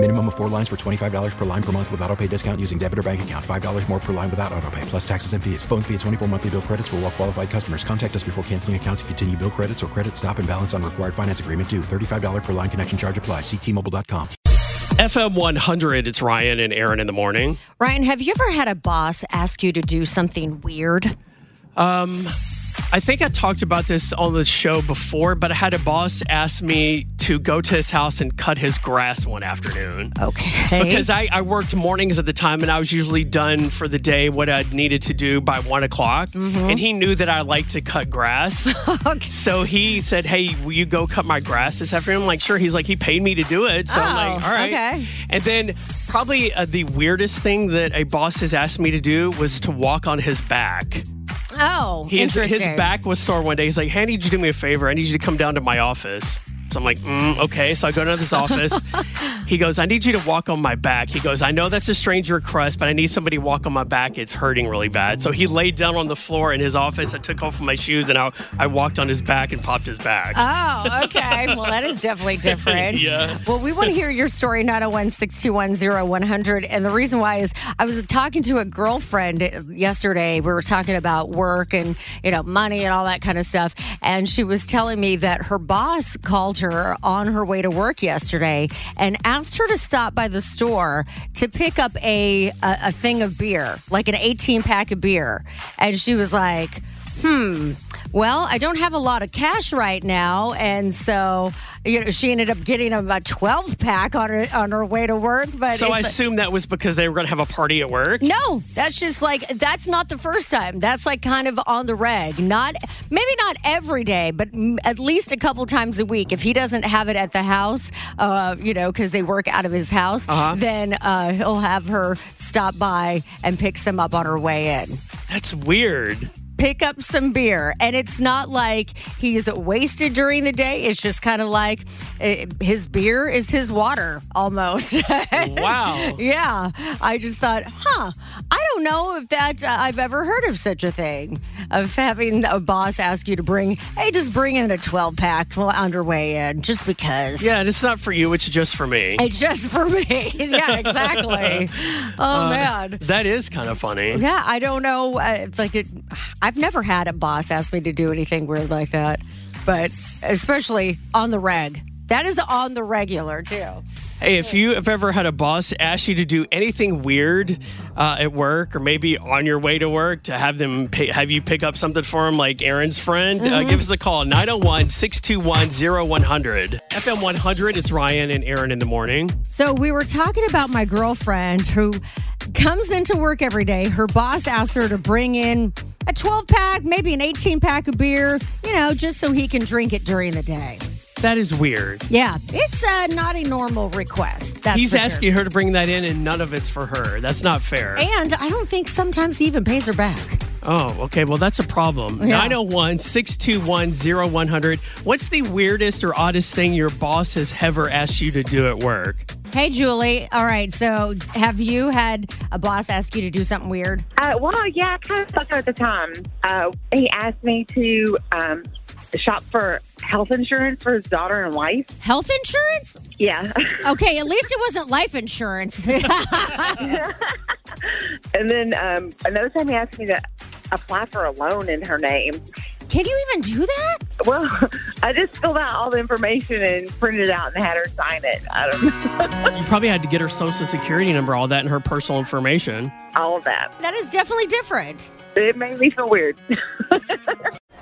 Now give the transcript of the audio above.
Minimum of four lines for $25 per line per month with auto pay discount using debit or bank account. $5 more per line without auto pay, plus taxes and fees. Phone fee at 24 monthly bill credits for all well qualified customers. Contact us before canceling account to continue bill credits or credit stop and balance on required finance agreement due. $35 per line connection charge apply. Ctmobile.com. FM 100, it's Ryan and Aaron in the morning. Ryan, have you ever had a boss ask you to do something weird? I think I talked about this on the show before, but I had a boss ask me to go to his house and cut his grass one afternoon. Okay. Because I, I worked mornings at the time and I was usually done for the day what I needed to do by one o'clock. Mm-hmm. And he knew that I liked to cut grass. So he said, Hey, will you go cut my grass this afternoon? I'm like, Sure. He's like, He paid me to do it. So I'm like, Oh, All right. okay. And then probably uh, the weirdest thing that a boss has asked me to do was to walk on his back. oh, He- his, his interesting. back was sore one day. He's like, hey, I need you to do me a favor. I need you to come down to my office. So I'm like, mm, okay. So I go down to his office. he goes, I need you to walk on my back. He goes, I know that's a strange request, but I need somebody to walk on my back. It's hurting really bad. So he laid down on the floor in his office. I took off my shoes and I, I walked on his back and popped his back. Oh, okay. Well, that is definitely different. Yeah. Well, we want to hear your story, 901 621 100. And the reason why is I was talking to a girlfriend yesterday. We were talking about work and, you know, money and all that kind of stuff. And she was telling me that her boss called her on her way to work yesterday and asked her to stop by the store to pick up a, a, a thing of beer, like an 18 pack of beer. And she was like, hmm, well, I don't have a lot of cash right now, and so you know she ended up getting a twelve pack on her on her way to work. But so I it's- assumed that was because they were going to have a party at work. no, that's just like that's not the first time. That's like kind of on the reg. Not maybe not every day, but m- at least a couple times a week. If he doesn't have it at the house, uh, you know, because they work out of his house, Uh-huh. then uh, he'll have her stop by and pick some up on her way in. That's weird. pick up some beer. And it's not like he's wasted during the day. It's just kind of like eh, his beer is his water almost. Wow. yeah. I just thought, huh, I don't know if that uh, I've ever heard of such a thing of having a boss ask you to bring, hey, just bring in a 12 pack on your way in just because. yeah, and it's not for you, it's just for me. It's just for me. yeah, exactly. Oh, man. That is kind of funny. Yeah, I don't know. Uh, like, it, I've never had a boss ask me to do anything weird like that, but especially on the reg. That is on the regular too. Hey, if you have ever had a boss ask you to do anything weird uh, at work, or maybe on your way to work, to have them pay, have you pick up something for them, like Aaron's friend, uh, Mm-hmm. give us a call 901 621 0100. FM 100, it's Ryan and Aaron in the morning. So we were talking about my girlfriend who comes into work every day. Her boss asks her to bring in a 12 pack, maybe an 18 pack of beer, you know, just so he can drink it during the day. That is weird. Yeah, it's uh, not a normal request. That's He's for sure. asking her to bring that in, and none of it's for her. That's not fair. and I don't think sometimes he even pays her back. Oh, okay. Well, that's a problem. Yeah. 901 621 0100. What's the weirdest or oddest thing your boss has ever asked you to do at work? Hey, Julie. All right. So, have you had a boss ask you to do something weird? Uh, well, yeah, I kind of thought so at the time. Uh, he asked me to um, shop for health insurance for his daughter and wife. Health insurance? Yeah. Okay. At least it wasn't life insurance. and then um, another time he asked me to apply for a loan in her name. Can you even do that? Well, I just filled out all the information and printed it out and had her sign it. I don't know. You probably had to get her social security number, all that, and her personal information. All of that. That is definitely different. It made me feel weird.